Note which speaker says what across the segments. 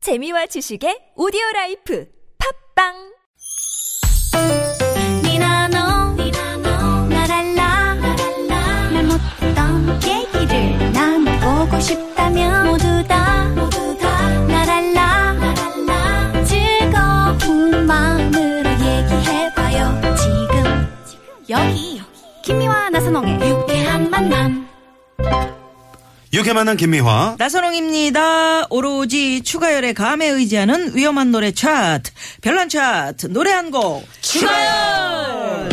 Speaker 1: 재미와 지식의 오디오 라이프 팝빵
Speaker 2: 니나 너 나랄라 말 못했던 얘기를 난 보고 싶다면 모두 다 나랄라 즐거운 마음으로 얘기해봐요 지금 여기 김미와 나선홍의 유쾌한 만남
Speaker 3: 이렇게 만난 김미화.
Speaker 4: 나선홍입니다. 오로지 추가열의 감에 의지하는 위험한 노래 차트, 별난 차트, 노래 한 곡 추가열.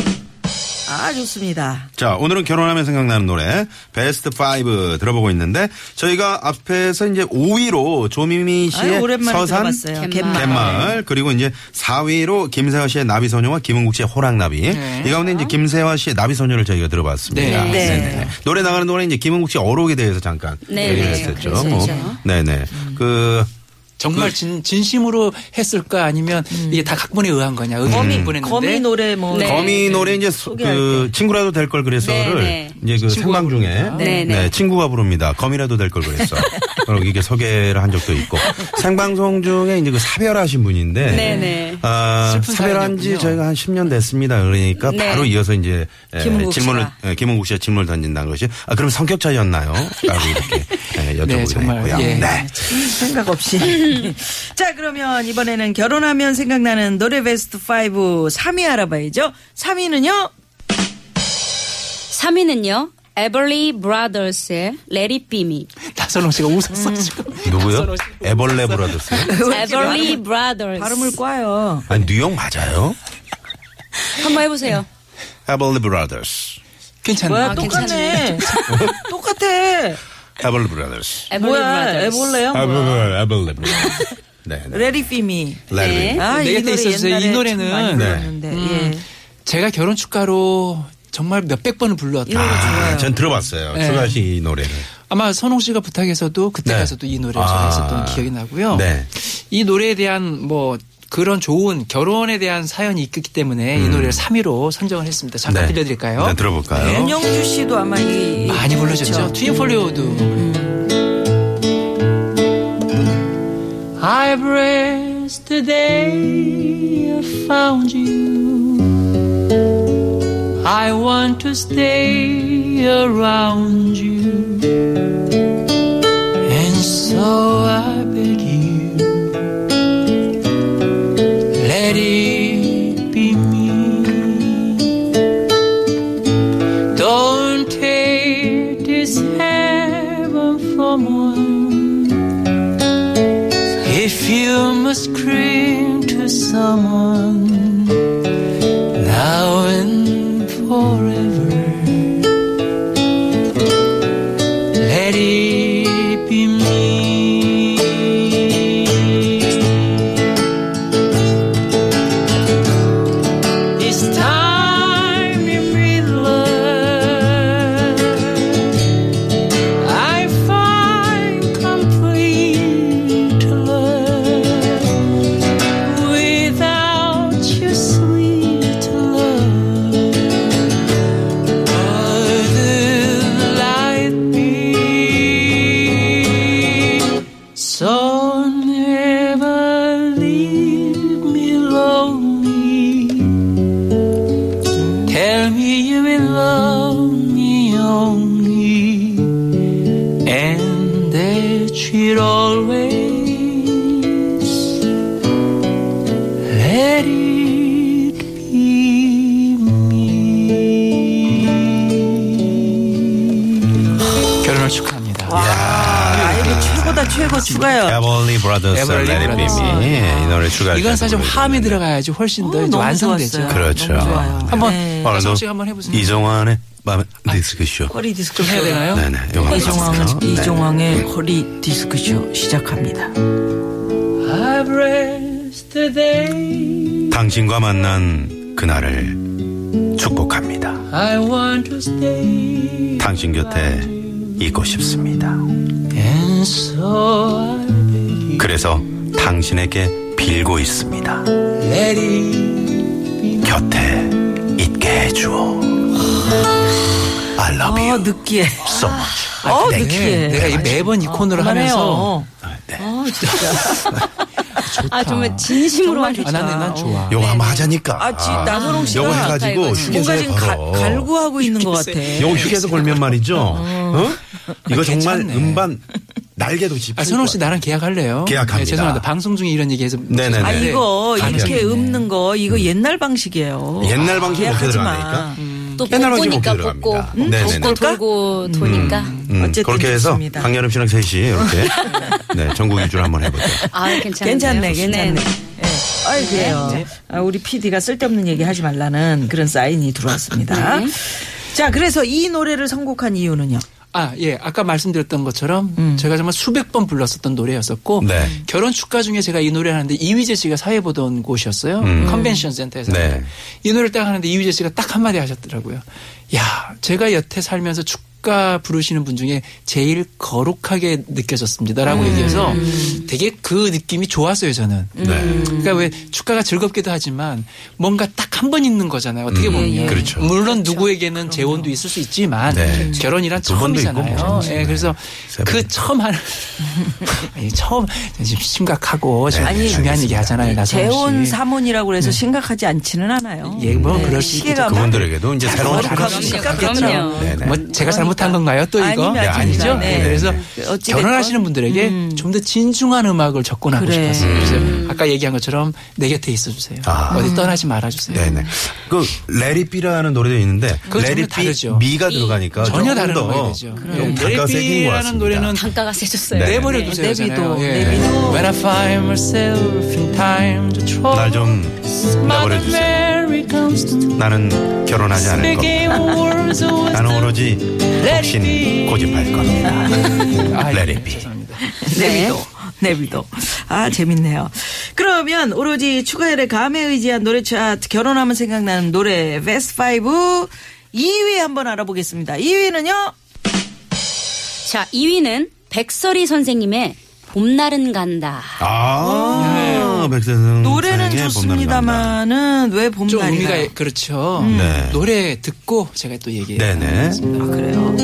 Speaker 4: 아 좋습니다.
Speaker 3: 자, 오늘은 결혼하면 생각나는 노래 베스트 5 들어보고 있는데 저희가 앞에서 이제 5위로 조미미 씨의
Speaker 4: 아유, 오랜만에
Speaker 3: 서산
Speaker 4: 들어봤어요. 네. 갯마을.
Speaker 3: 갯마을 그리고 이제 4위로 김세화 씨의 나비소녀와 김은국 씨의 호랑나비 이 가운데 이제 김세화 씨의 나비소녀를 저희가 들어봤습니다.
Speaker 4: 네.
Speaker 3: 네네. 노래 나가는 노래 이제 김은국 씨 어록에 대해서 잠깐
Speaker 5: 네,
Speaker 3: 얘기를
Speaker 5: 네.
Speaker 3: 했었죠.
Speaker 4: 그렇죠.
Speaker 5: 그래서
Speaker 3: 뭐.
Speaker 5: 있어요.
Speaker 3: 네네.
Speaker 4: 음.
Speaker 3: 그
Speaker 6: 정말 진, 진심으로 했을까 아니면 이게 다 각본에 의한 거냐 의미 음. 보냈는데
Speaker 4: 거미 노래 뭐
Speaker 5: 네.
Speaker 3: 거미 노래 이제 소- 그 친구라도 될 걸 그래서를
Speaker 5: 네,
Speaker 3: 이제 그
Speaker 6: 친구가
Speaker 3: 생방 중에
Speaker 6: 부릅니다.
Speaker 3: 네,
Speaker 5: 네, 네.
Speaker 3: 친구가 부릅니다. 거미라도 될 걸 그랬어. 그리고 이게 소개를 한 적도 있고 생방송 중에 이제 그 사별하신 분인데
Speaker 5: 네, 네.
Speaker 3: 아,
Speaker 6: 슬픈
Speaker 3: 사별한 지
Speaker 6: 사연이었군요.
Speaker 3: 저희가 한 10년 됐습니다. 그러니까
Speaker 5: 네.
Speaker 3: 바로 이어서 이제 에,
Speaker 4: 김은국
Speaker 3: 질문을
Speaker 4: 씨가.
Speaker 3: 에, 김은국 씨가 질문을 던진다는 것이 아 그럼 성격 차이였나요? 라고 이렇게 에, 여쭤보게
Speaker 6: 네, 정말,
Speaker 3: 됐고요.
Speaker 6: 예.
Speaker 3: 네.
Speaker 4: 생각 없이. 자 그러면 이번에는 결혼하면 생각나는 노래 베스트 5 3위 알아봐야죠. 3위는요.
Speaker 5: 3위는요. 에벌리 브라더스의 Let It Be Me.
Speaker 6: 나선홍 씨가 웃었어 지금
Speaker 3: 누구요? 에벌레 브라더스.
Speaker 5: 에벌리 브라더스.
Speaker 4: 발음을 꽈요.
Speaker 3: 아니 뉴욕 맞아요?
Speaker 5: 한번 해보세요.
Speaker 3: 에벌레 브라더스.
Speaker 6: 아, 괜찮네
Speaker 4: 뭐야
Speaker 6: 요
Speaker 4: 똑같네. 똑같아.
Speaker 3: 에벌레 브라더스.
Speaker 5: 에벌리
Speaker 4: 뭐야
Speaker 5: 브라더스.
Speaker 4: 에볼레요?
Speaker 3: 아블레
Speaker 6: 뭐,
Speaker 3: 아블레 네, 네.
Speaker 4: 레리피미.
Speaker 3: 레리.
Speaker 4: 아,
Speaker 6: 내가
Speaker 4: 이
Speaker 6: 때
Speaker 4: 노래
Speaker 6: 있었어요. 네, 이
Speaker 4: 옛날에 참
Speaker 6: 노래는.
Speaker 4: 많이
Speaker 3: 네.
Speaker 4: 불렀는데, 예.
Speaker 6: 제가 결혼 축가로 정말 몇백 번을
Speaker 4: 이 노래
Speaker 6: 불렀다
Speaker 4: 좋아요.
Speaker 3: 아, 전 들어봤어요.
Speaker 6: 네.
Speaker 3: 추가 씨이 노래를.
Speaker 6: 아마 선홍 씨가 부탁해서도 그때
Speaker 3: 네.
Speaker 6: 가서도 이 노래를
Speaker 3: 아.
Speaker 6: 전했었던 기억이 나고요
Speaker 3: 네.
Speaker 6: 이 노래에 대한 뭐 그런 좋은 결혼에 대한 사연이 있기 때문에 이 노래를 3위로 선정을 했습니다 잠깐
Speaker 3: 네.
Speaker 6: 들려드릴까요
Speaker 3: 네, 들어볼까요?
Speaker 4: 윤영주 씨도 아마 이 그렇죠.
Speaker 6: 많이 불러줬죠. 트윈폴리오도. I bless the day I found you. I want to stay around you. And so I beg you, let it be me. Don't take this heaven from one. If you must scream to someone now and forever, let it be me. It's time in middle I find complete love without your sweet love. Other light be so never leave me lonely. Tell me you will love me only, and that you'll always let it be me. 결혼을 축하합니다.
Speaker 4: 아, 이거 최고다 최고 추가요.
Speaker 3: 에벌리 브라더스
Speaker 6: Everly
Speaker 3: 레리
Speaker 6: Brothers. 네.
Speaker 3: 비미. 이 노래 네. 추가
Speaker 6: 이건 사실 좀 함이 들어가야지 훨씬 더 이제
Speaker 4: 너무
Speaker 6: 완성되죠.
Speaker 4: 좋았어요.
Speaker 3: 그렇죠.
Speaker 4: 너무 좋아요.
Speaker 6: 한번
Speaker 4: 네.
Speaker 6: 나선홍 씨가 한번 해보세요.
Speaker 3: 이종환의 밤에 디스크쇼.
Speaker 4: 허리 디스크
Speaker 6: 해야
Speaker 4: 쇼.
Speaker 6: 되나요?
Speaker 3: 네네. 요거 한번 해보세요.
Speaker 4: 이종황
Speaker 3: 네.
Speaker 4: 이종황의 허리 디스크 쇼 시작합니다.
Speaker 6: I've rest today.
Speaker 3: 네. 당신과 만난 그날을 축복합니다.
Speaker 6: I want to stay.
Speaker 3: 당신 곁에 있고 싶습니다.
Speaker 6: And so I beg you,
Speaker 3: 그래서 당신에게 빌고 있습니다.
Speaker 6: let it
Speaker 3: 곁에 있게 해주어. I love
Speaker 4: 어
Speaker 3: you
Speaker 4: 느끼해.
Speaker 3: so much.
Speaker 4: 어
Speaker 6: 네,
Speaker 4: 느끼해.
Speaker 6: 내가 이 매번 이 코너를
Speaker 4: 그만해요.
Speaker 6: 하면서
Speaker 4: 아, 진짜.
Speaker 5: 아 정말 진심으로
Speaker 4: 정말
Speaker 5: 하는
Speaker 6: 아, 나는 난
Speaker 4: 어.
Speaker 6: 좋아.
Speaker 3: 요거 한번 하자니까.
Speaker 4: 아, 지, 나선홍 씨가
Speaker 3: 요거
Speaker 5: 뭔가
Speaker 3: 해가지고
Speaker 5: 지금
Speaker 4: 뭔가
Speaker 3: 휴게소에
Speaker 4: 지금 가-
Speaker 3: 걸어.
Speaker 4: 갈구하고 있는 것 같아.
Speaker 3: 요거 휴게소 걸면 말이죠. 어?
Speaker 4: 아,
Speaker 3: 이거 정말
Speaker 6: 괜찮네.
Speaker 3: 음반 날개도 짚.
Speaker 6: 아, 선호 씨 나랑 계약할래요?
Speaker 3: 계약합니다.
Speaker 6: 네, 죄송합니다. 방송 중에 이런 얘기해서.
Speaker 3: 네네네.
Speaker 4: 아,
Speaker 3: 네.
Speaker 4: 이거 이렇게
Speaker 3: 가능하겠네.
Speaker 4: 읊는 거 이거 옛날 방식이에요.
Speaker 3: 옛날 방식
Speaker 4: 아,
Speaker 3: 못해
Speaker 4: 계약하지 마.
Speaker 3: 들어간다니까.
Speaker 5: 또
Speaker 3: 옛날 방식
Speaker 5: 복고니까
Speaker 3: 목표로
Speaker 5: 복고
Speaker 3: 합니다. 음? 네네네.
Speaker 5: 복고 돌고 도니까
Speaker 3: 음,
Speaker 4: 어쨌든
Speaker 3: 그렇게 해서
Speaker 4: 좋습니다.
Speaker 3: 강여름 씨랑 셋이 이렇게 네, 전국 일주를 한번 해보죠.
Speaker 5: 아 괜찮네요.
Speaker 4: 괜찮네, 괜찮네.
Speaker 5: 네.
Speaker 4: 예. 아이, 그래요. 아, 우리 PD가 쓸데없는 얘기 하지 말라는 그런 사인이 들어왔습니다.
Speaker 5: 네.
Speaker 4: 자, 그래서 이 노래를 선곡한 이유는요?
Speaker 6: 아, 예. 아까 말씀드렸던 것처럼
Speaker 3: 음.
Speaker 6: 제가 정말 수백 번 불렀었던 노래였었고
Speaker 3: 네.
Speaker 6: 결혼 축가 중에 제가 이 노래를 하는데 이휘재 씨가 사회 보던 곳이었어요. 컨벤션
Speaker 3: 음.
Speaker 6: 센터에서.
Speaker 3: 네.
Speaker 6: 이 노래를 딱 하는데 이휘재 씨가 딱 한마디 하셨더라고요. 야, 제가 여태 살면서 축가 부르시는 분 중에 제일 거룩하게 느껴졌습니다라고 얘기해서 되게 그 느낌이 좋았어요, 저는.
Speaker 3: 음. 네.
Speaker 6: 그러니까 왜 축가가 즐겁기도 하지만 뭔가 딱 한 번 있는 거잖아요. 어떻게 보면.
Speaker 3: 예, 예. 그렇죠.
Speaker 6: 물론 누구에게는 재혼도 있을 수 있지만
Speaker 3: 네.
Speaker 6: 결혼이란
Speaker 3: 두 번도
Speaker 6: 처음이잖아요.
Speaker 3: 있고 뭐.
Speaker 6: 예, 그래서
Speaker 3: 세 번.
Speaker 6: 그 처음 하는 아니, 처음 지금 심각하고 지금
Speaker 3: 네,
Speaker 4: 아니,
Speaker 6: 중요한 얘기 하잖아요. 나선
Speaker 4: 재혼
Speaker 6: 씨.
Speaker 4: 사문이라고 해서 심각하지 않지는 않아요.
Speaker 6: 예, 뭐 그럴 수
Speaker 4: 시계가
Speaker 6: 있죠.
Speaker 4: 막
Speaker 3: 그분들에게도 이제 새로운
Speaker 4: 거룩하고
Speaker 3: 사람이
Speaker 4: 심각하겠죠.
Speaker 5: 그럼요.
Speaker 3: 네네.
Speaker 6: 뭐 제가 잘못한 건가요? 또 이거
Speaker 4: 아니면
Speaker 6: 네, 아니죠.
Speaker 3: 아니죠.
Speaker 6: 네,
Speaker 3: 네.
Speaker 6: 그래서
Speaker 4: 어찌됐건. 음.
Speaker 6: 결혼하시는 분들에게 좀 더 진중한 음악을 접근하고
Speaker 4: 그래. 음.
Speaker 6: 싶었어요. 그래서 아까 얘기한 것처럼 내 곁에 있어주세요.
Speaker 3: 아.
Speaker 6: 어디 떠나지 말아주세요.
Speaker 3: 네네. 그 레리비라는 노래도 있는데
Speaker 6: 그거 전혀
Speaker 3: 레리비
Speaker 6: 다르죠.
Speaker 3: 미가 들어가니까 조금
Speaker 6: 전혀 다른
Speaker 3: 더
Speaker 6: 음악이 되죠. 네,
Speaker 3: 좀 단가가 세긴 것
Speaker 6: 레비라는
Speaker 3: 같습니다.
Speaker 6: 노래는
Speaker 5: 단가가 세졌어요.
Speaker 3: 네.
Speaker 6: 내버려
Speaker 4: 네.
Speaker 6: 두세요.
Speaker 4: 내비도,
Speaker 6: 예.
Speaker 4: 내비도.
Speaker 6: When I find myself in time to trouble.
Speaker 3: 날좀 내버려
Speaker 6: Mother
Speaker 3: 주세요.
Speaker 6: Mary comes to me,
Speaker 3: 나는 결혼하지 않을 겁니다.
Speaker 6: speaking words of wisdom.
Speaker 3: 나는 오로지 독신 고집할 겁니다.
Speaker 6: 아,
Speaker 3: Let it
Speaker 6: 예,
Speaker 3: be.
Speaker 6: 죄송합니다.
Speaker 4: 내비도. 내비도. 아, 재밌네요. 그러면 오로지 추가열의 감에 의지한 노래 차트 결혼하면 생각나는 노래 베스트 5 2위 한번 알아보겠습니다. 2위는요?
Speaker 5: 자 2위는 백설이 선생님의 봄날은 간다.
Speaker 6: 네.
Speaker 3: 아, 백세성
Speaker 4: 노래는
Speaker 3: 사랑의 봄날은 간다.
Speaker 4: 좋습니다만은 왜 봄날이
Speaker 6: 좀 의미가 그렇죠.
Speaker 3: 네.
Speaker 6: 노래 듣고 제가 또 얘기해요.
Speaker 3: 네네.
Speaker 4: 아, 그래요?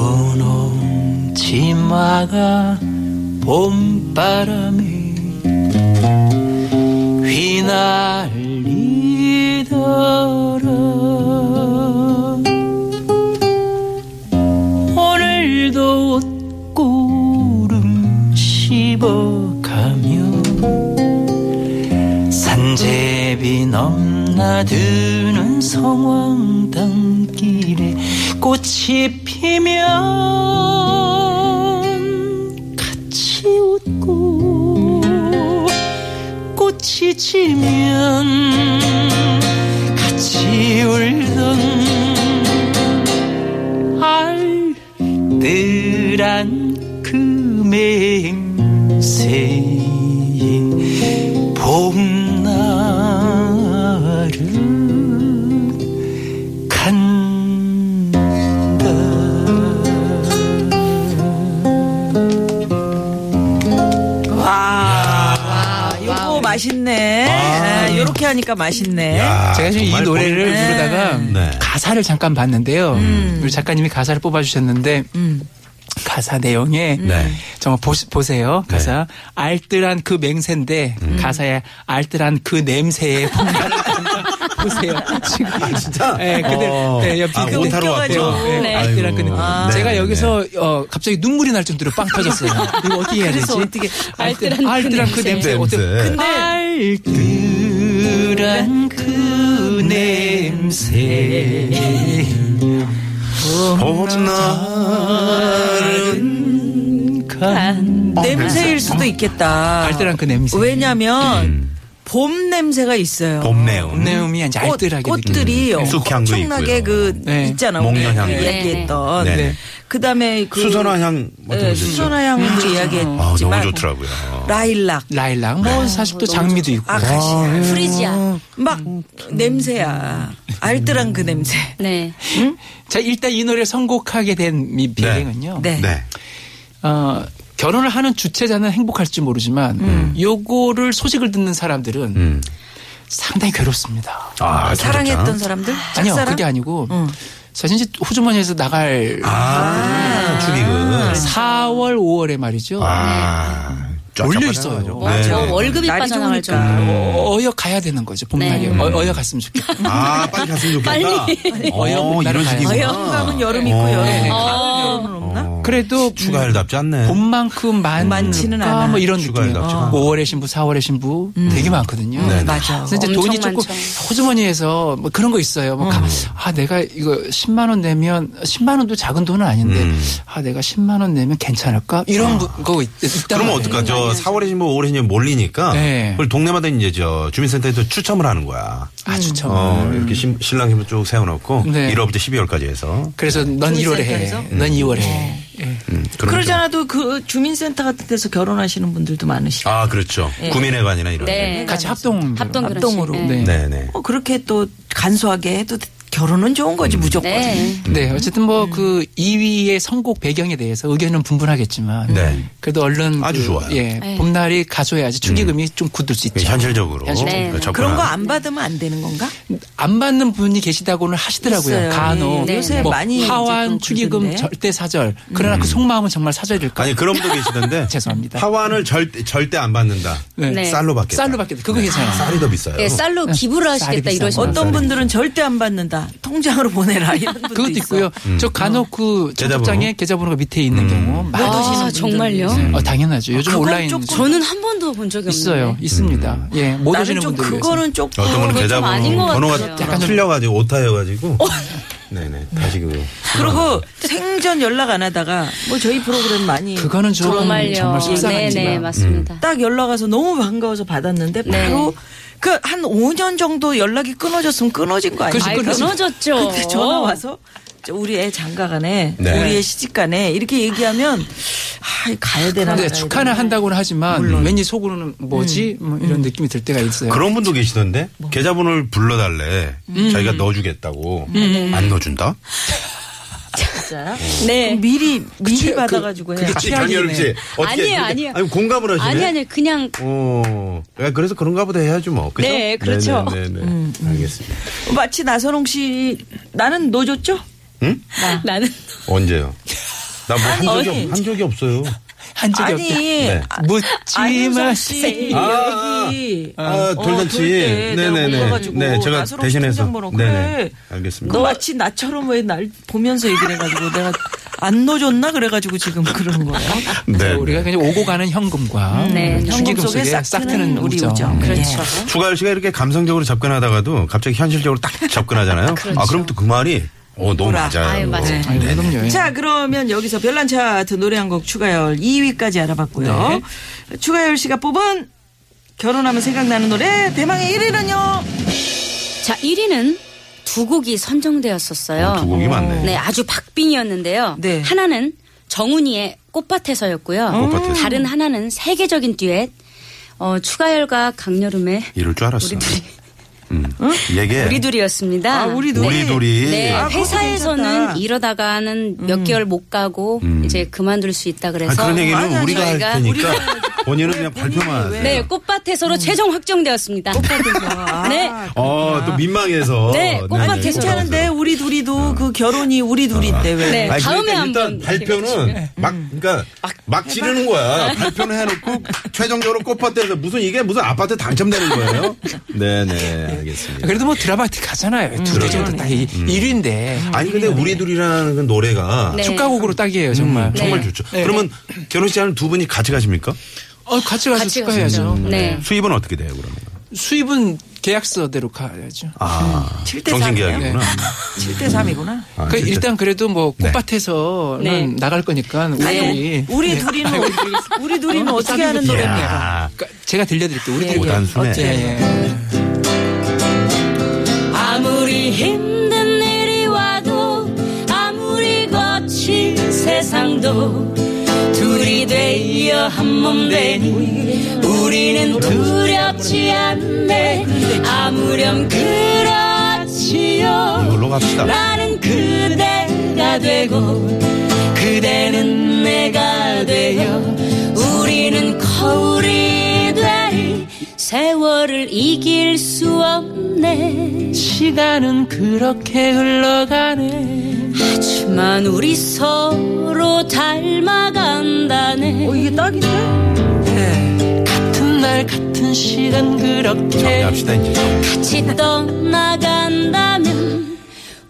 Speaker 6: 연분홍 치마가 봄바람이 휘날리더라 오늘도 옷구름 씹어가며 산제비 넘나드는 성황당길에 꽃이 피면 같이 웃고 꽃이 지면 같이 울던 알뜰한 그 맹세인 봄날을 간다.
Speaker 4: 와. 요거 맛있네. 아, 요렇게 하니까 맛있네.
Speaker 3: 야,
Speaker 6: 제가 지금 이
Speaker 3: 정말
Speaker 6: 노래를
Speaker 3: 봄-
Speaker 6: 부르다가
Speaker 3: 네. 음.
Speaker 6: 가사를 잠깐 봤는데요. 우리 작가님이 가사를 뽑아주셨는데 가사 내용에
Speaker 3: 네.
Speaker 6: 정말 보세요 가사 알뜰한 그 맹세인데
Speaker 3: 음.
Speaker 6: 가사에 알뜰한 그 냄새에 분간을 보세요. 지금
Speaker 3: 아, 진짜?
Speaker 6: 예, 근데
Speaker 3: 어.
Speaker 6: 예, 옆이
Speaker 3: 아,
Speaker 6: 그
Speaker 3: 오타로
Speaker 4: 웃겨가지고.
Speaker 3: 왔구나.
Speaker 6: 예,
Speaker 5: 네.
Speaker 6: 알뜰한 그
Speaker 3: 아이고.
Speaker 6: 냄새.
Speaker 3: 아.
Speaker 6: 제가
Speaker 3: 네네네.
Speaker 4: 여기서
Speaker 6: 어, 갑자기 눈물이 날 정도로 빵 터졌어요. 이거 어떻게 해야 되지?
Speaker 4: 그래서 어떻게
Speaker 5: 알뜰한 그
Speaker 6: 알뜰한 그
Speaker 3: 냄새.
Speaker 6: 냄새. 어때?
Speaker 3: 냄새.
Speaker 6: 근데 알뜰한 그 냄새.
Speaker 3: 봄날은 어,
Speaker 4: 냄새일 수도 있겠다.
Speaker 6: 알뜰한 그 냄새.
Speaker 4: 왜냐면 봄 냄새가 있어요.
Speaker 3: 음. 봄내음.
Speaker 6: 내음이 이제
Speaker 4: 꽃,
Speaker 6: 알뜰하게 느껴져요.
Speaker 4: 꽃들이
Speaker 3: 쑥향도
Speaker 4: 엄청나게
Speaker 3: 있고요.
Speaker 4: 그
Speaker 6: 네.
Speaker 4: 있잖아.
Speaker 3: 목련향도
Speaker 4: 우리
Speaker 3: 있고.
Speaker 4: 얘기했던.
Speaker 3: 네. 네.
Speaker 4: 그다음에 그
Speaker 3: 수선화 향
Speaker 4: 네,
Speaker 3: 맡아보셨죠?
Speaker 4: 수선화 향도 이야기했지만
Speaker 3: 아, 너무 좋더라고요.
Speaker 4: 라일락
Speaker 6: 라일락 뭐 사실 또 장미도 있고.
Speaker 4: 아, 아카시아 음.
Speaker 5: 프리지아.
Speaker 3: 예.
Speaker 4: 막 냄새야. 알뜰한 그 냄새.
Speaker 5: 네.
Speaker 6: 자 일단 이 노래 를 선곡하게 된 이 비행은요.
Speaker 4: 네.
Speaker 3: 네.
Speaker 6: 어, 결혼을 하는 주체자는 행복할지 모르지만
Speaker 4: 음.
Speaker 6: 요거를 소식을 듣는 사람들은
Speaker 3: 음.
Speaker 6: 상당히 괴롭습니다.
Speaker 3: 아, 진짜.
Speaker 4: 사랑했던 사람들?
Speaker 6: 아니요
Speaker 4: 짝사랑? 음.
Speaker 6: 그게 아니고 사실 이제 호주머니에서 나갈
Speaker 3: 아, 축의금.
Speaker 6: 4월, 5월에 말이죠.
Speaker 3: 아, 쫙쫙
Speaker 6: 몰려 있어요.
Speaker 3: 빠져나가죠.
Speaker 5: 맞아.
Speaker 3: 네네.
Speaker 5: 월급이
Speaker 4: 날이
Speaker 5: 빠져나갈
Speaker 4: 좋으니까.
Speaker 5: 정도로.
Speaker 6: 어, 어여 가야 되는 거죠. 봄날이
Speaker 5: 네.
Speaker 3: 음.
Speaker 6: 어, 어여 갔으면 좋겠다.
Speaker 3: 아, 빨리 갔으면 좋겠다. 어,
Speaker 6: 어여운
Speaker 3: 이런
Speaker 6: 나라를
Speaker 3: 식이구나.
Speaker 6: 가야지.
Speaker 4: 어영감은 여름 있고
Speaker 3: 어.
Speaker 4: 여름
Speaker 3: 네.
Speaker 4: 가을 여름은 없나?
Speaker 3: 어,
Speaker 6: 그래도
Speaker 3: 추가열답지 않네.
Speaker 6: 봄만큼
Speaker 4: 많지는 않아.
Speaker 6: 많을까 뭐 이런
Speaker 3: 추가할
Speaker 6: 느낌이에요.
Speaker 3: 낙지가 많아.
Speaker 6: 5월의 신부, 4월의 신부 되게 많거든요.
Speaker 3: 네, 네.
Speaker 4: 맞아.
Speaker 6: 그래서 이제
Speaker 5: 음. 엄청
Speaker 6: 돈이 조금
Speaker 5: 많죠.
Speaker 6: 호주머니에서 뭐 그런 거 있어요. 뭐
Speaker 3: 음.
Speaker 6: 가- 아 내가 이거 10만 원 내면 10만 원도 작은 돈은 아닌데
Speaker 3: 음. 아.
Speaker 6: 아 내가 10만 원 내면 괜찮을까 이런 거 있, 있단
Speaker 3: 그러면
Speaker 6: 말이에요.
Speaker 3: 어떡하? 저 4월에 신부, 5월에 신부 몰리니까
Speaker 6: 네.
Speaker 3: 그걸 동네마다 이제 저 주민센터에서 추첨을 하는 거야.
Speaker 6: 아주 참.
Speaker 3: 어, 이렇게 신- 신랑 신부 쭉 세워놓고
Speaker 6: 네.
Speaker 3: 1월부터 12월까지 해서
Speaker 6: 그래서 넌 1월에 해,
Speaker 4: 주민센터에서?
Speaker 6: 넌
Speaker 5: 네.
Speaker 6: 2월에 해. 예.
Speaker 3: 음, 그런
Speaker 4: 그러지
Speaker 3: 좀-
Speaker 4: 않아도 그 주민센터 같은 데서 결혼하시는 분들도 많으시고.
Speaker 3: 아, 그렇죠. 구민회관이나 이런.
Speaker 5: 네.
Speaker 6: 같이 합동
Speaker 5: 합동 결혼식.
Speaker 4: 합동으로.
Speaker 5: 네.
Speaker 3: 데.
Speaker 6: 네.
Speaker 3: 네, 네.
Speaker 4: 뭐 그렇게 또 간소하게 해도 결혼은 좋은 거지 무조건.
Speaker 5: 네.
Speaker 6: 네, 어쨌든 뭐 그 2위의 선곡 배경에 대해서 의견은 분분하겠지만,
Speaker 3: 네.
Speaker 6: 그래도 얼른
Speaker 3: 아주
Speaker 6: 그,
Speaker 3: 좋아요. 예,
Speaker 6: 예,
Speaker 4: 네.
Speaker 6: 봄날이 가줘야지 축의금이 좀 굳을 수 있죠.
Speaker 3: 현실적으로.
Speaker 6: 현실적으로.
Speaker 5: 네.
Speaker 4: 그런
Speaker 3: 접근하는.
Speaker 4: 거 안 받으면 안 되는 건가?
Speaker 6: 안 받는 분이 계시다고는 하시더라고요.
Speaker 4: 있어요.
Speaker 6: 간혹
Speaker 4: 네. 요새
Speaker 6: 뭐
Speaker 4: 많이 이제 또
Speaker 6: 하완 축의금
Speaker 4: 그러던데.
Speaker 6: 절대 사절. 그러나 그 속마음은 정말 사절일까?
Speaker 3: 아니 그런 분도 계시던데
Speaker 6: 죄송합니다.
Speaker 3: 네. 하완을 절대 절대 안 받는다.
Speaker 6: 네.
Speaker 5: 네.
Speaker 3: 쌀로 받겠다.
Speaker 6: 쌀로 받겠다. 그거 괜찮아.
Speaker 3: 쌀이 더 비싸요.
Speaker 5: 예, 쌀로 기부를
Speaker 6: 쌀이
Speaker 5: 하시겠다
Speaker 6: 비싸구나.
Speaker 5: 이러시면
Speaker 4: 어떤 분들은 절대 안 받는다. 통장으로 보내라 이런 분도
Speaker 6: 그것도
Speaker 4: 있어.
Speaker 6: 있고요. 저 간혹 그
Speaker 3: 계좌번호?
Speaker 6: 청첩장에 계좌번호가 밑에 있는 경우 많이
Speaker 5: 아, 정말요?
Speaker 6: 네. 어, 당연하죠. 요즘
Speaker 4: 그건
Speaker 6: 온라인
Speaker 4: 조금 음.
Speaker 5: 저는 한 번도 본 적이 없는데.
Speaker 6: 있어요. 있습니다. 예, 못
Speaker 4: 나는
Speaker 6: 오시는
Speaker 4: 좀
Speaker 6: 분들 위해서.
Speaker 4: 그거는 조금
Speaker 3: 어떤 분은
Speaker 5: 그건 좀 아닌 것
Speaker 3: 계좌번호 번호가
Speaker 5: 같아요. 어.
Speaker 3: 약간 틀려가지고 오타여가지고. 네네 다시 그.
Speaker 4: 그리고 생전 연락 안 하다가 뭐 저희 프로그램 많이
Speaker 6: 그거는 좀
Speaker 4: 음,
Speaker 5: 정말요.
Speaker 6: 정말 속상하지만
Speaker 5: 네네 맞습니다.
Speaker 4: 딱 연락 와서 너무 반가워서 받았는데
Speaker 6: 네.
Speaker 4: 바로 그 한 5년 정도 연락이 끊어졌으면 끊어진 거 아니에요?
Speaker 6: 그렇지,
Speaker 5: 아이
Speaker 6: 끊어졌-
Speaker 5: 끊어졌죠.
Speaker 4: 근데 전화 와서 저 우리 애 장가가네,
Speaker 3: 네.
Speaker 4: 우리 애 시집가네 이렇게 얘기하면 아 가야 되나?
Speaker 6: 근데
Speaker 4: 말아야
Speaker 6: 네, 축하는
Speaker 4: 되나.
Speaker 6: 한다고는 하지만 왠지 속으로는 뭐지 뭐 이런 느낌이 들 때가 있어요.
Speaker 3: 그런 분도 계시던데
Speaker 5: 뭐.
Speaker 3: 계좌번호를 불러달래.
Speaker 5: 음.
Speaker 3: 자기가 넣어주겠다고 안 넣어준다.
Speaker 4: 진짜요?
Speaker 5: 네.
Speaker 4: 그럼 미리 미리
Speaker 6: 그-
Speaker 4: 받아가지고 해.
Speaker 6: 그게
Speaker 3: 갑자기
Speaker 6: 최악이네.
Speaker 3: 강렬 씨 어떻게
Speaker 5: 아니에요,
Speaker 3: 그러니까-
Speaker 5: 아니에요.
Speaker 3: 아니 공감을 하시네.
Speaker 5: 아니 아니 그냥
Speaker 3: 어, 야, 그래서 그런가 보다 해야죠 뭐. 그죠?
Speaker 5: 네, 그렇죠.
Speaker 3: 네네네. 알겠습니다.
Speaker 4: 마치 나선홍 씨 나는 너 줬죠?
Speaker 3: 응?
Speaker 4: 아,
Speaker 5: 나는
Speaker 3: 언제요? 나 뭐 한 적이
Speaker 4: 아니.
Speaker 3: 없- 한 적이 없어요.
Speaker 6: 한 적이 없다.
Speaker 4: 아니
Speaker 3: 네.
Speaker 6: 묻지
Speaker 4: 안윤상
Speaker 6: 마세요.
Speaker 4: 씨
Speaker 3: 아,
Speaker 4: 여기
Speaker 3: 아,
Speaker 4: 어,
Speaker 3: 돌잔치.
Speaker 4: 돌 때, 내가
Speaker 3: 네네네.
Speaker 4: 올라가지고
Speaker 3: 네, 제가
Speaker 4: 나서롱
Speaker 3: 대신해서.
Speaker 4: 통장번호. 그래.
Speaker 3: 네네. 알겠습니다.
Speaker 4: 너 마치 나처럼 왜 날 보면서 얘기를 해가지고 내가 안 넣어줬나 그래가지고 지금 그런 거예요.
Speaker 3: 네.
Speaker 6: 우리가 그냥 오고 가는 현금과
Speaker 5: 네,
Speaker 6: 축의금
Speaker 4: 현금 속에
Speaker 6: 속에
Speaker 4: 싹
Speaker 6: 싹
Speaker 4: 트는
Speaker 6: 트는
Speaker 4: 우리
Speaker 6: 우정.
Speaker 4: 우정.
Speaker 6: 네.
Speaker 5: 그렇죠.
Speaker 3: 추가열 씨가 이렇게 감성적으로 접근하다가도 갑자기 현실적으로 딱 접근하잖아요. 아, 그럼 또 그 말이 어, 너무
Speaker 4: 뭐라.
Speaker 3: 맞아요. 어,
Speaker 5: 아유, 맞아요.
Speaker 3: 네,
Speaker 6: 아유, 그럼요. 예.
Speaker 4: 자, 그러면 여기서 별난 차트 노래 한 곡 추가열 2위까지 알아봤고요.
Speaker 3: 네.
Speaker 4: 추가열 씨가 뽑은 결혼하면 생각나는 노래 대망의 1위는요. 예.
Speaker 5: 자 1위는 두 곡이 선정되었었어요.
Speaker 3: 어, 두 곡이 많네.
Speaker 5: 네, 아주 박빙이었는데요.
Speaker 4: 네.
Speaker 5: 하나는 정훈이의 꽃밭에서였고요.
Speaker 3: 아, 꽃밭에서.
Speaker 5: 다른 하나는 세계적인 듀엣 어, 추가열과 강여름의
Speaker 3: 이럴 줄 알았어. 음.
Speaker 5: 우리 둘이
Speaker 3: 얘기해.
Speaker 5: 우리 둘이었습니다.
Speaker 4: 아, 우리 둘이.
Speaker 3: 우리 둘이.
Speaker 5: 네,
Speaker 4: 아, 괜찮다. 음.
Speaker 5: 회사에서는 이러다가는 몇 개월 못 가고 이제 그만둘 수 있다
Speaker 3: 음. 아,
Speaker 5: 그래서 뭐
Speaker 3: 그런 얘기는
Speaker 4: 아니, 아니,
Speaker 3: 우리가 할
Speaker 5: 저희가-
Speaker 3: 테니까 본인은 그냥 발표만 하세요.
Speaker 5: 네,
Speaker 6: 음.
Speaker 5: 꽃밭에서로 최종 확정되었습니다.
Speaker 4: 아,
Speaker 5: 네.
Speaker 3: 어, 또 민망해서. 네.
Speaker 5: 네, 꽃밭에서.
Speaker 4: 괜찮은데
Speaker 6: 어.
Speaker 4: 우리 둘이도 그 결혼이 우리 둘인데 왜?
Speaker 5: 네.
Speaker 3: 아니,
Speaker 5: 다음에
Speaker 3: 그러니까
Speaker 5: 한번 네.
Speaker 3: 일단 발표는 막
Speaker 5: 음.
Speaker 3: 그러니까 막 지르는 거야. 발표는 해놓고 최종적으로 꽃밭에서 무슨 이게 무슨 아파트 당첨되는 거예요? 네네 알겠습니다.
Speaker 5: 그러니까
Speaker 6: 그래도 뭐 드라마틱하잖아요. 둘이 정도 딱
Speaker 3: 음.
Speaker 6: 1위인데
Speaker 4: 음.
Speaker 3: 아니 근데
Speaker 4: 네.
Speaker 3: 우리 둘이라는 그 노래가
Speaker 5: 네.
Speaker 6: 축가곡으로 딱이에요 정말.
Speaker 4: 네.
Speaker 3: 정말 좋죠. 그러면 결혼식장은 두 분이 같이 가십니까?
Speaker 6: 어, 같이 가서
Speaker 5: 같이
Speaker 6: 축가해야죠. 음.
Speaker 5: 가시죠. 네.
Speaker 3: 수입은 어떻게 돼요 그러면?
Speaker 6: 수입은 계약서대로 가야죠.
Speaker 3: 아
Speaker 4: 음. 칠대
Speaker 3: 정신
Speaker 4: 삼이네요. 네.
Speaker 3: 계약이구나.
Speaker 4: 7대 3이구나.
Speaker 3: 아,
Speaker 6: 그
Speaker 3: 진짜. 네.
Speaker 6: 일단 그래도 뭐 꽃밭에서는
Speaker 5: 네.
Speaker 6: 나갈 거니까 우리 예.
Speaker 4: 우리
Speaker 6: 네.
Speaker 4: 둘이는 우리 둘이는 어떻게 하는
Speaker 6: 이야.
Speaker 4: 노래입니까?
Speaker 3: 이야
Speaker 6: 그러니까 제가 들려드릴게요. 우리 들이
Speaker 3: 오단순해.
Speaker 6: 예, 예.
Speaker 5: 아무리 힘든 일이 와도 아무리 거친 세상도 둘이 되어 한 몸 되니 우리는 두렵지 않네 아무렴 그렇지요
Speaker 3: 이걸로 갑시다.
Speaker 4: 네.
Speaker 5: 나는 그대가 되고 그대는 내가 되어 우리는 거울이 될 세월을 이길 수 없네
Speaker 6: 시간은 그렇게 흘러가네.
Speaker 5: 하지만 우리 서로 닮아간다네
Speaker 4: 어, 이게 딱인데?
Speaker 6: 네. 같은 날 같은 시간 그렇게
Speaker 3: 정리합시다 이제.
Speaker 5: 같이 떠나간다면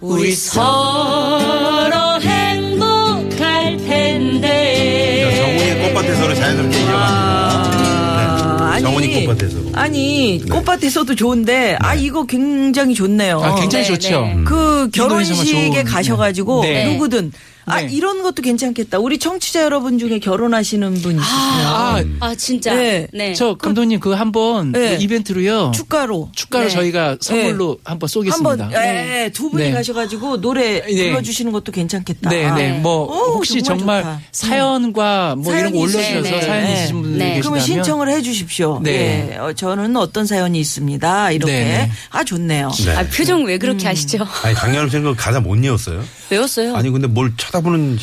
Speaker 5: 우리 서로 행복할
Speaker 4: 네.
Speaker 5: 텐데
Speaker 3: 정훈이의 꽃밭에서를 자연스럽게 이어가.
Speaker 6: 네.
Speaker 4: 아, 아니.
Speaker 3: 정원이 꽃밭에서도.
Speaker 4: 아니, 꽃밭에서도 좋은데, 아, 이거 굉장히 좋네요.
Speaker 6: 네. 아, 굉장히
Speaker 5: 네,
Speaker 6: 좋죠.
Speaker 5: 네.
Speaker 4: 그
Speaker 6: 인도에서만
Speaker 4: 결혼식에
Speaker 6: 좋은-
Speaker 4: 가셔가지고
Speaker 6: 네.
Speaker 4: 누구든 아
Speaker 6: 네.
Speaker 4: 이런 것도 괜찮겠다. 우리 청취자 여러분 중에 결혼하시는 분 있으세요?
Speaker 6: 아,
Speaker 5: 아 진짜
Speaker 4: 네.
Speaker 5: 네,
Speaker 6: 저 감독님 그 한번
Speaker 4: 네.
Speaker 6: 그 이벤트로요.
Speaker 4: 축가로
Speaker 6: 축가로
Speaker 5: 네.
Speaker 6: 저희가 선물로 한번 쏘겠습니다.
Speaker 4: 한번 예, 두 분이
Speaker 6: 네.
Speaker 4: 가셔가지고 노래
Speaker 6: 네.
Speaker 4: 불러주시는 것도 괜찮겠다. 예.
Speaker 6: 네, 네. 뭐
Speaker 4: 아, 오,
Speaker 6: 혹시
Speaker 4: 정말
Speaker 6: 정말,
Speaker 4: 좋다. 네.
Speaker 6: 사연과 뭐 이런
Speaker 4: 사연이
Speaker 6: 거 올려주셔서
Speaker 5: 있으시면,
Speaker 6: 사연
Speaker 4: 네.
Speaker 6: 있으신 분들
Speaker 5: 네.
Speaker 6: 계시다면
Speaker 4: 그러면 신청을 해주십시오.
Speaker 6: 네.
Speaker 4: 예, 어, 저는 어떤 사연이 있습니다. 이렇게
Speaker 6: 네, 네.
Speaker 4: 아 좋네요.
Speaker 3: 네.
Speaker 5: 아, 표정 왜 그렇게 하시죠?
Speaker 3: 아니 장현우 씨는 그 가사 못 이었어요?
Speaker 5: 외웠어요.
Speaker 3: 아니 근데 뭘 쳐다보는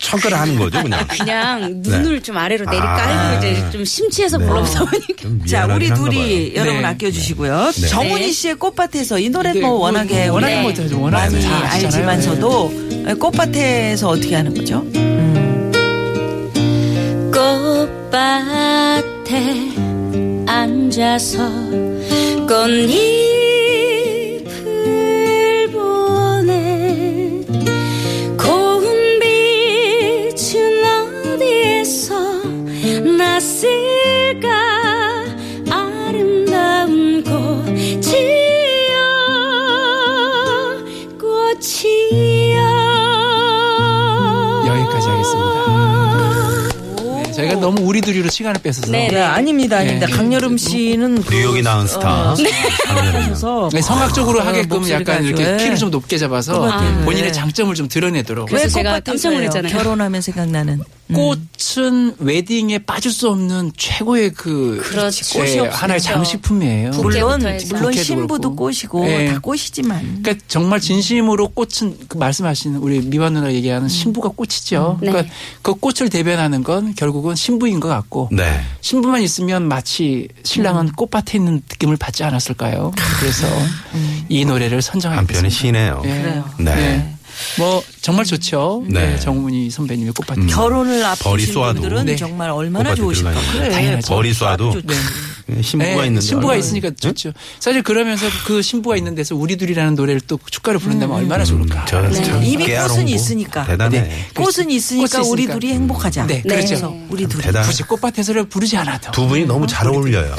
Speaker 3: 척을 하는 거죠 그냥.
Speaker 5: 그냥 눈을 좀 아래로 내리
Speaker 3: 아.
Speaker 5: 깔고 이제 좀 심취해서
Speaker 3: 네.
Speaker 5: 불러보다 보니까
Speaker 3: 좀
Speaker 4: 자
Speaker 3: 미안하긴
Speaker 4: 우리
Speaker 3: 한가
Speaker 4: 둘이
Speaker 3: 봐요.
Speaker 4: 여러분
Speaker 6: 네.
Speaker 4: 아껴주시고요. 정훈이
Speaker 5: 네.
Speaker 4: 씨의 꽃밭에서 이 노래
Speaker 6: 네,
Speaker 4: 뭐 워낙에
Speaker 6: 워낙
Speaker 4: 우리
Speaker 5: 네.
Speaker 6: 뭐 하죠. 워낙
Speaker 3: 많이
Speaker 6: 다 아시잖아요.
Speaker 4: 알지만서도 꽃밭에서 어떻게 하는 거죠?
Speaker 5: 꽃밭에 앉아서 꽃잎을 보네 고운 빛은 어디에서 났을까 아름다운 꽃이여 꽃이여
Speaker 6: 여기까지 하겠습니다. 네, 저희가 너무 우리 둘이로 시간을 뺏어서
Speaker 5: 네.
Speaker 4: 야, 아닙니다,
Speaker 6: 네.
Speaker 4: 아닙니다. 강여름 씨는 그-
Speaker 3: 뉴욕이 낳은 스타. 장현우 양.
Speaker 4: 그래서
Speaker 6: 네, 성악적으로
Speaker 4: 아,
Speaker 6: 하게끔
Speaker 4: 목소리가
Speaker 6: 약간
Speaker 4: 아주,
Speaker 6: 이렇게
Speaker 4: 예.
Speaker 6: 키를 좀 높게 잡아서
Speaker 4: 아, 네. 그렇죠.
Speaker 6: 본인의 장점을 좀 드러내도록
Speaker 4: 왜
Speaker 5: 그래서 제가
Speaker 4: 꽃밭에서요?
Speaker 5: 깜짝 놀랐잖아요.
Speaker 4: 결혼하면 생각나는
Speaker 6: 음. 꽃은 웨딩에 빠질 수 없는 최고의 그
Speaker 5: 그렇지.
Speaker 6: 제
Speaker 5: 꽃이 없으면
Speaker 6: 하나의
Speaker 5: 그렇죠.
Speaker 6: 장식품이에요.
Speaker 5: 국제부터
Speaker 4: 물론
Speaker 5: 해서.
Speaker 4: 물론
Speaker 6: 국회도
Speaker 4: 신부도
Speaker 6: 그렇고.
Speaker 4: 꽃이고
Speaker 6: 예.
Speaker 4: 다 꽃이지만
Speaker 6: 그러니까 정말 진심으로 꽃은 그 말씀하시는 우리 미화 누나 얘기하는 신부가 꽃이죠.
Speaker 5: 음. 네.
Speaker 6: 그러니까 그 꽃을 대변하는 건 결국은 신부인 것 같고
Speaker 3: 네.
Speaker 6: 신부만 있으면 마치 신랑은
Speaker 5: 음.
Speaker 6: 꽃밭에 있는 느낌을 받지 않았을까요? 그래서
Speaker 5: 음.
Speaker 6: 이 노래를 선정하겠습니다.
Speaker 3: 한편의 시네요.
Speaker 6: 네.
Speaker 4: 그래요.
Speaker 3: 네.
Speaker 6: 네. 뭐 정말 좋죠.
Speaker 3: 네.
Speaker 6: 네. 정문희 선배님의 꽃밭.
Speaker 3: 음.
Speaker 4: 결혼을
Speaker 3: 벌이
Speaker 4: 앞두신
Speaker 3: 쏘아도.
Speaker 4: 분들은
Speaker 6: 네.
Speaker 4: 정말 얼마나
Speaker 3: 꽃밭에
Speaker 4: 좋으실까?
Speaker 3: 들어가니까.
Speaker 4: 그래.
Speaker 6: 당연하죠.
Speaker 3: 벌이 쏴도 그
Speaker 4: 네.
Speaker 3: 신부가
Speaker 6: 네,
Speaker 3: 있는데.
Speaker 6: 신부가
Speaker 3: 얼마나-
Speaker 6: 있으니까 좋죠. 사실 그러면서 그 신부가 있는 데서 우리 둘이라는 노래를 또 축가를 부른다면
Speaker 5: 음.
Speaker 6: 얼마나 좋을까.
Speaker 3: 음, 저
Speaker 5: 네.
Speaker 3: 참,
Speaker 4: 네, 이미
Speaker 3: 깨알홍보.
Speaker 4: 꽃은 있으니까. 네.
Speaker 3: 대단해.
Speaker 4: 꽃은 있으니까
Speaker 6: 꽃이
Speaker 4: 우리
Speaker 6: 있으니까.
Speaker 4: 둘이 행복하자.
Speaker 6: 네,
Speaker 4: 그래서
Speaker 6: 그렇죠.
Speaker 4: 우리 둘이
Speaker 3: 음. 대단해.
Speaker 6: 굳이 꽃밭에서를 부르지 않아도.
Speaker 3: 두 분이 너무 잘 어울려요.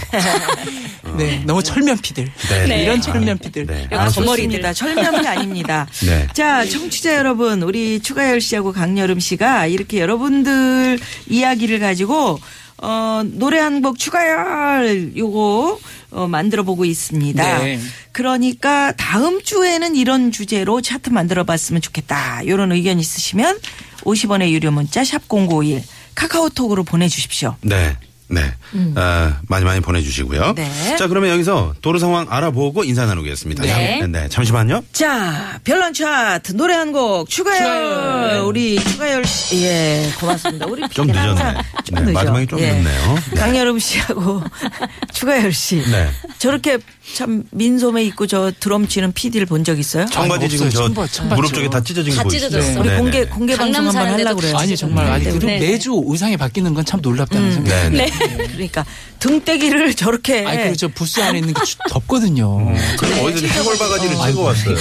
Speaker 6: 네, 너무 철면피들.
Speaker 3: 네, 네.
Speaker 6: 이런 철면피들.
Speaker 3: 네.
Speaker 5: 아, 거머리들.
Speaker 4: 좋습니다. 철면이 아닙니다.
Speaker 3: 네.
Speaker 4: 자, 청취자 여러분, 우리 추가열 씨하고 강여름 씨가 이렇게 여러분들 이야기를 가지고 어, 노래 한 곡 추가열 요거 어, 만들어 보고 있습니다.
Speaker 6: 네.
Speaker 4: 그러니까 다음 주에는 이런 주제로 차트 만들어 봤으면 좋겠다. 요런 의견 있으시면 50원의 유료 문자 샵 0951 카카오톡으로 보내 주십시오.
Speaker 3: 네. 네. 아, 많이 많이 보내주시고요.
Speaker 4: 음. 네.
Speaker 3: 자, 그러면 여기서 도로 상황 알아보고 인사 나누겠습니다.
Speaker 5: 네.
Speaker 3: 네. 잠시만요.
Speaker 4: 자, 별난 차트 노래 한 곡 추가열.
Speaker 6: 추가열.
Speaker 4: 우리 추가열 씨. 예, 고맙습니다. 우리
Speaker 3: 좀
Speaker 4: PD는
Speaker 3: 늦었네.
Speaker 4: 항상 좀
Speaker 3: 네,
Speaker 4: 늦어.
Speaker 3: 마지막이 좀 늦네요. 네.
Speaker 4: 예. 강여름 씨하고 추가열 씨.
Speaker 3: 네.
Speaker 4: 저렇게 참 민소매 입고 저 드럼 치는 PD를 본 적 있어요?
Speaker 3: 청바지
Speaker 6: 아니,
Speaker 3: 지금
Speaker 6: 없어요.
Speaker 3: 저
Speaker 6: 청바- 청바지.
Speaker 3: 무릎 쪽에 다 찢어진 거
Speaker 5: 다
Speaker 3: 보이시죠?
Speaker 5: 찢어졌어.
Speaker 4: 우리
Speaker 3: 네,
Speaker 4: 공개
Speaker 3: 네.
Speaker 4: 공개 방송
Speaker 5: 강남
Speaker 4: 한번
Speaker 5: 사는데도
Speaker 4: 하려고 그래요.
Speaker 6: 아니 정말 아니 그리고
Speaker 5: 네. 음.
Speaker 6: 매주 의상이 바뀌는 건 참 놀랍다는 생각이
Speaker 3: 네,
Speaker 6: 듭니다.
Speaker 3: 네.
Speaker 4: 그러니까 등대기를 저렇게
Speaker 6: 아니 그렇죠. 그리고 저 부스 안에 있는 게 추- 덥거든요.
Speaker 3: 그럼 어디서 해골 바가지를 찍어 왔어요.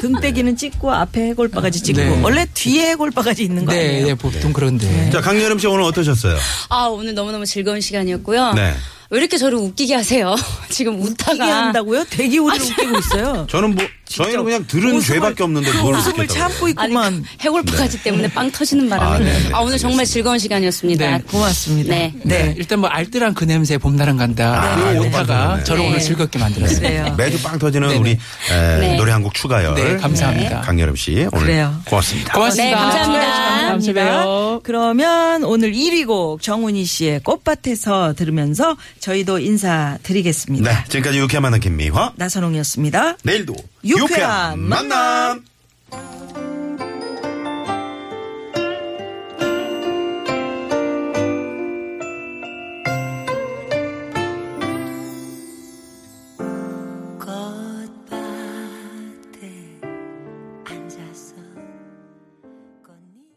Speaker 4: 등대기는 찍고 앞에 해골바가지 찍고
Speaker 6: 네.
Speaker 4: 원래 뒤에 해골바가지 있는 거
Speaker 6: 네,
Speaker 4: 아니에요?
Speaker 6: 네, 보통 그런데.
Speaker 3: 자, 강여름 씨 오늘 어떠셨어요?
Speaker 5: 아 오늘 너무너무 즐거운 시간이었고요.
Speaker 3: 네.
Speaker 5: 왜 이렇게 저를 웃기게 하세요? 지금 웃다가
Speaker 4: 웃기게 한다고요? 되게
Speaker 6: 아,
Speaker 4: 우리를 웃기고 있어요.
Speaker 3: 저는 뭐 저희는 그냥 들은
Speaker 4: 웃음을-
Speaker 3: 죄밖에 없는데 뭘
Speaker 4: 웃음을
Speaker 3: 웃겠다고요.
Speaker 4: 참고
Speaker 5: 아니 그
Speaker 4: 있구만.
Speaker 5: 해골프까지 때문에 빵 터지는 바람에
Speaker 3: 아,
Speaker 5: 아,
Speaker 3: 네네.
Speaker 5: 오늘 정말 즐거운 시간이었습니다.
Speaker 6: 네,
Speaker 4: 고맙습니다.
Speaker 5: 네.
Speaker 6: 네, 일단 뭐 알뜰한 그 냄새 봄날은 간다.
Speaker 3: 네.
Speaker 6: 그
Speaker 3: 네.
Speaker 6: 오타가
Speaker 3: 네.
Speaker 6: 저를
Speaker 5: 네.
Speaker 6: 오늘 즐겁게 만들었습니다.
Speaker 4: 그래요.
Speaker 3: 매주 빵 터지는
Speaker 6: 네네.
Speaker 3: 우리 에,
Speaker 5: 네.
Speaker 3: 노래 한 곡 추가열.
Speaker 6: 네, 감사합니다.
Speaker 3: 강여름 씨 오늘
Speaker 4: 그래요.
Speaker 3: 고맙습니다.
Speaker 6: 고맙습니다.
Speaker 5: 네, 감사합니다.
Speaker 6: 다음 주에 봬요.
Speaker 4: 그러면 오늘 1위 곡 정훈이 씨의 꽃밭에서 들으면서 저희도 인사드리겠습니다.
Speaker 3: 네, 지금까지 유쾌한 만남 김미화.
Speaker 4: 나선홍이었습니다.
Speaker 3: 내일도
Speaker 4: 유쾌한 만남.
Speaker 3: 만남.